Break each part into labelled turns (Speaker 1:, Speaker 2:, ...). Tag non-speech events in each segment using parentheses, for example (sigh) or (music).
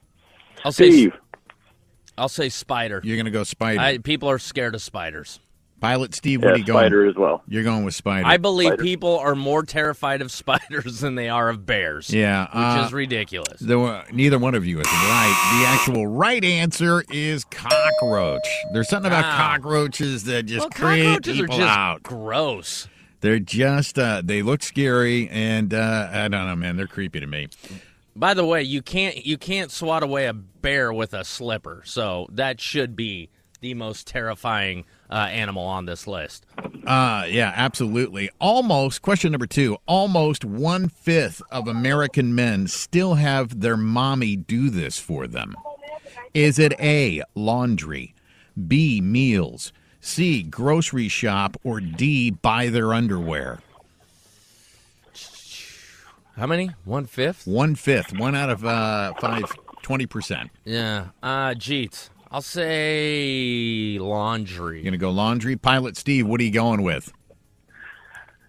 Speaker 1: I'll say,
Speaker 2: Steve.
Speaker 1: I'll say spider.
Speaker 3: You're going to go spider.
Speaker 1: I, people are scared of spiders.
Speaker 3: Pilot Steve,
Speaker 2: Yeah,
Speaker 3: what are you going?
Speaker 2: spider as well.
Speaker 3: You're going with spider.
Speaker 1: I believe people are more terrified of (laughs) spiders than they are of bears.
Speaker 3: yeah.
Speaker 1: which
Speaker 3: uh,
Speaker 1: is ridiculous.
Speaker 3: There were, neither one of you is right. The actual right answer is cockroach. There's something about
Speaker 1: Wow.
Speaker 3: cockroaches that just
Speaker 1: well,
Speaker 3: creep
Speaker 1: cockroaches are
Speaker 3: people
Speaker 1: just
Speaker 3: out.
Speaker 1: gross.
Speaker 3: They're just uh, they look scary, and uh, I don't know, man. They're creepy to me.
Speaker 1: By the way, you can't you can't swat away a bear with a slipper, so that should be the most terrifying uh, animal on this list.
Speaker 3: Uh, yeah, absolutely. Almost question number two. Almost one fifth of American men still have their mommy do this for them. Is it A, laundry, B, meals, C, grocery shop, or D, buy their underwear?
Speaker 1: How many? One fifth?
Speaker 3: One fifth, one out of uh, five, 20%.
Speaker 1: Yeah. Uh Jeets. I'll say
Speaker 3: You're going
Speaker 1: laundry.
Speaker 3: to go laundry. Pilot Steve, what are you going with?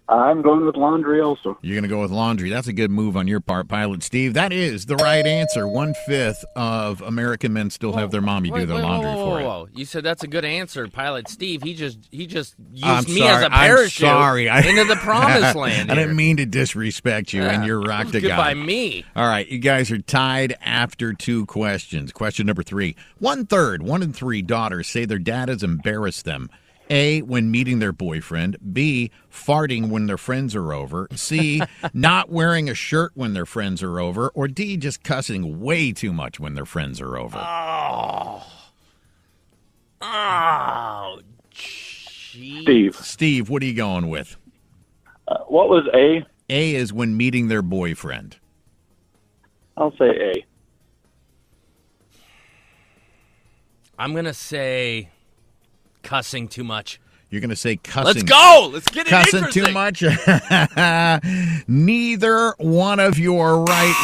Speaker 2: I'm going with laundry also.
Speaker 3: You're going to go with laundry. That's a good move on your part, Pilot Steve. That is the right answer. One fifth of American men still have their mommy
Speaker 1: Wait,
Speaker 3: do their
Speaker 1: wait, whoa,
Speaker 3: laundry
Speaker 1: whoa,
Speaker 3: for
Speaker 1: whoa,
Speaker 3: it.
Speaker 1: whoa. You said that's a good answer, Pilot Steve. He just he just used
Speaker 3: I'm
Speaker 1: me
Speaker 3: sorry.
Speaker 1: as a
Speaker 3: I'm
Speaker 1: parachute
Speaker 3: sorry. I- (laughs)
Speaker 1: into the promised land.
Speaker 3: I didn't
Speaker 1: here.
Speaker 3: mean to disrespect you and your rock to
Speaker 1: (laughs) Goodbye,
Speaker 3: God.
Speaker 1: me.
Speaker 3: All right, you guys are tied after two questions. Question number three. One third, one in three daughters say their dad has embarrassed them. A, when meeting their boyfriend. B, farting when their friends are over.
Speaker 1: (laughs)
Speaker 3: C, not wearing a shirt when their friends are over. Or D, just cussing way too much when their friends are over.
Speaker 1: Ah. Oh, gee.
Speaker 2: Steve,
Speaker 3: Steve, what are you going with?
Speaker 2: uh, what was A?
Speaker 3: A is when meeting their boyfriend.
Speaker 2: I'll say A.
Speaker 1: I'm gonna say cussing too much.
Speaker 3: You're going to say cussing.
Speaker 1: Let's go. Let's get it
Speaker 3: cussing
Speaker 1: interesting.
Speaker 3: too much. (laughs) Neither one of you are right.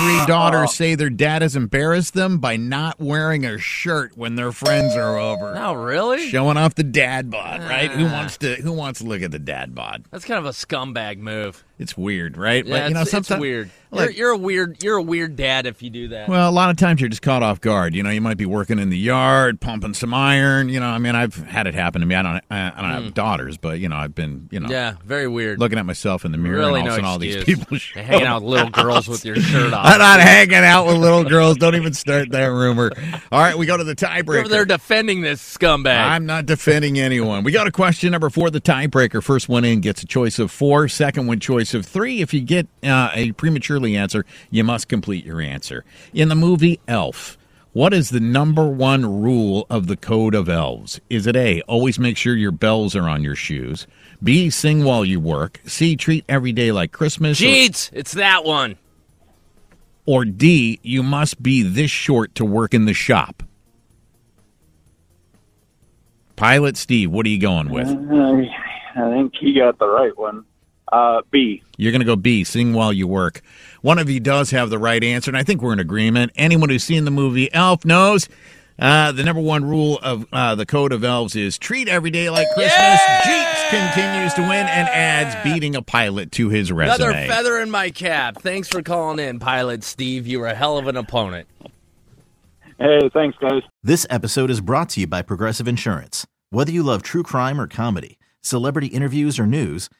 Speaker 3: One in
Speaker 1: (laughs)
Speaker 3: three daughters say their dad has embarrassed them by not wearing a shirt when their friends are over.
Speaker 1: No, Ah. really?
Speaker 3: Showing off the dad bod, right? Who wants to who wants to look at the dad bod?
Speaker 1: That's kind of a scumbag move.
Speaker 3: It's weird, right?
Speaker 1: Yeah, it's, it's
Speaker 3: sometime-
Speaker 1: weird.
Speaker 3: like-
Speaker 1: you're, you're a weird. You're a weird dad if you do that.
Speaker 3: Well, a lot of times you're just caught off guard. You know, you might be working in the yard, pumping some iron. You know, I mean, I've had it happen to me. I don't, I, I don't have daughters, but you know, I've been, you know,
Speaker 1: Hmm. yeah, very weird.
Speaker 3: looking at myself Oh. in the mirror
Speaker 1: really,
Speaker 3: and
Speaker 1: no
Speaker 3: all, of a sudden all
Speaker 1: excuse.
Speaker 3: these people (laughs)
Speaker 1: They're
Speaker 3: show
Speaker 1: hanging out with little girls with
Speaker 3: (laughs)
Speaker 1: your
Speaker 3: I'm
Speaker 1: shirt off.
Speaker 3: not hanging out with little girls. Don't even start that rumor. All right, we go to the
Speaker 1: You're over there
Speaker 3: tiebreaker.
Speaker 1: defending this scumbag.
Speaker 3: I'm not defending anyone. We go to question number four, the tiebreaker. First one in gets a choice of four, second one choice of three. If you get uh, a prematurely answer, you must complete your answer. In the movie Elf, what is the number one rule of the Code of Elves? Is it A, always make sure your bells are on your shoes? B, sing while you work? C, treat every day like Christmas? or-
Speaker 1: Jeets, it's that one.
Speaker 3: or D, you must be this short to work in the shop? Pilot Steve, what are you going with?
Speaker 2: I I think he got the right one. Uh, B.
Speaker 3: You're going to go B, sing while you work. One of you does have the right answer, and I think we're in agreement. Anyone who's seen the movie Elf knows uh, the number one rule of uh, the Code of Elves is treat every day like Christmas. Jeeps continues to win and adds beating a pilot to his resume.
Speaker 1: Another feather in my cap. Thanks for calling in, Pilot Steve. You were a hell of an opponent.
Speaker 2: Hey, thanks, guys.
Speaker 4: This episode is brought to you by Progressive Insurance. Whether you love true crime or comedy, celebrity interviews or news,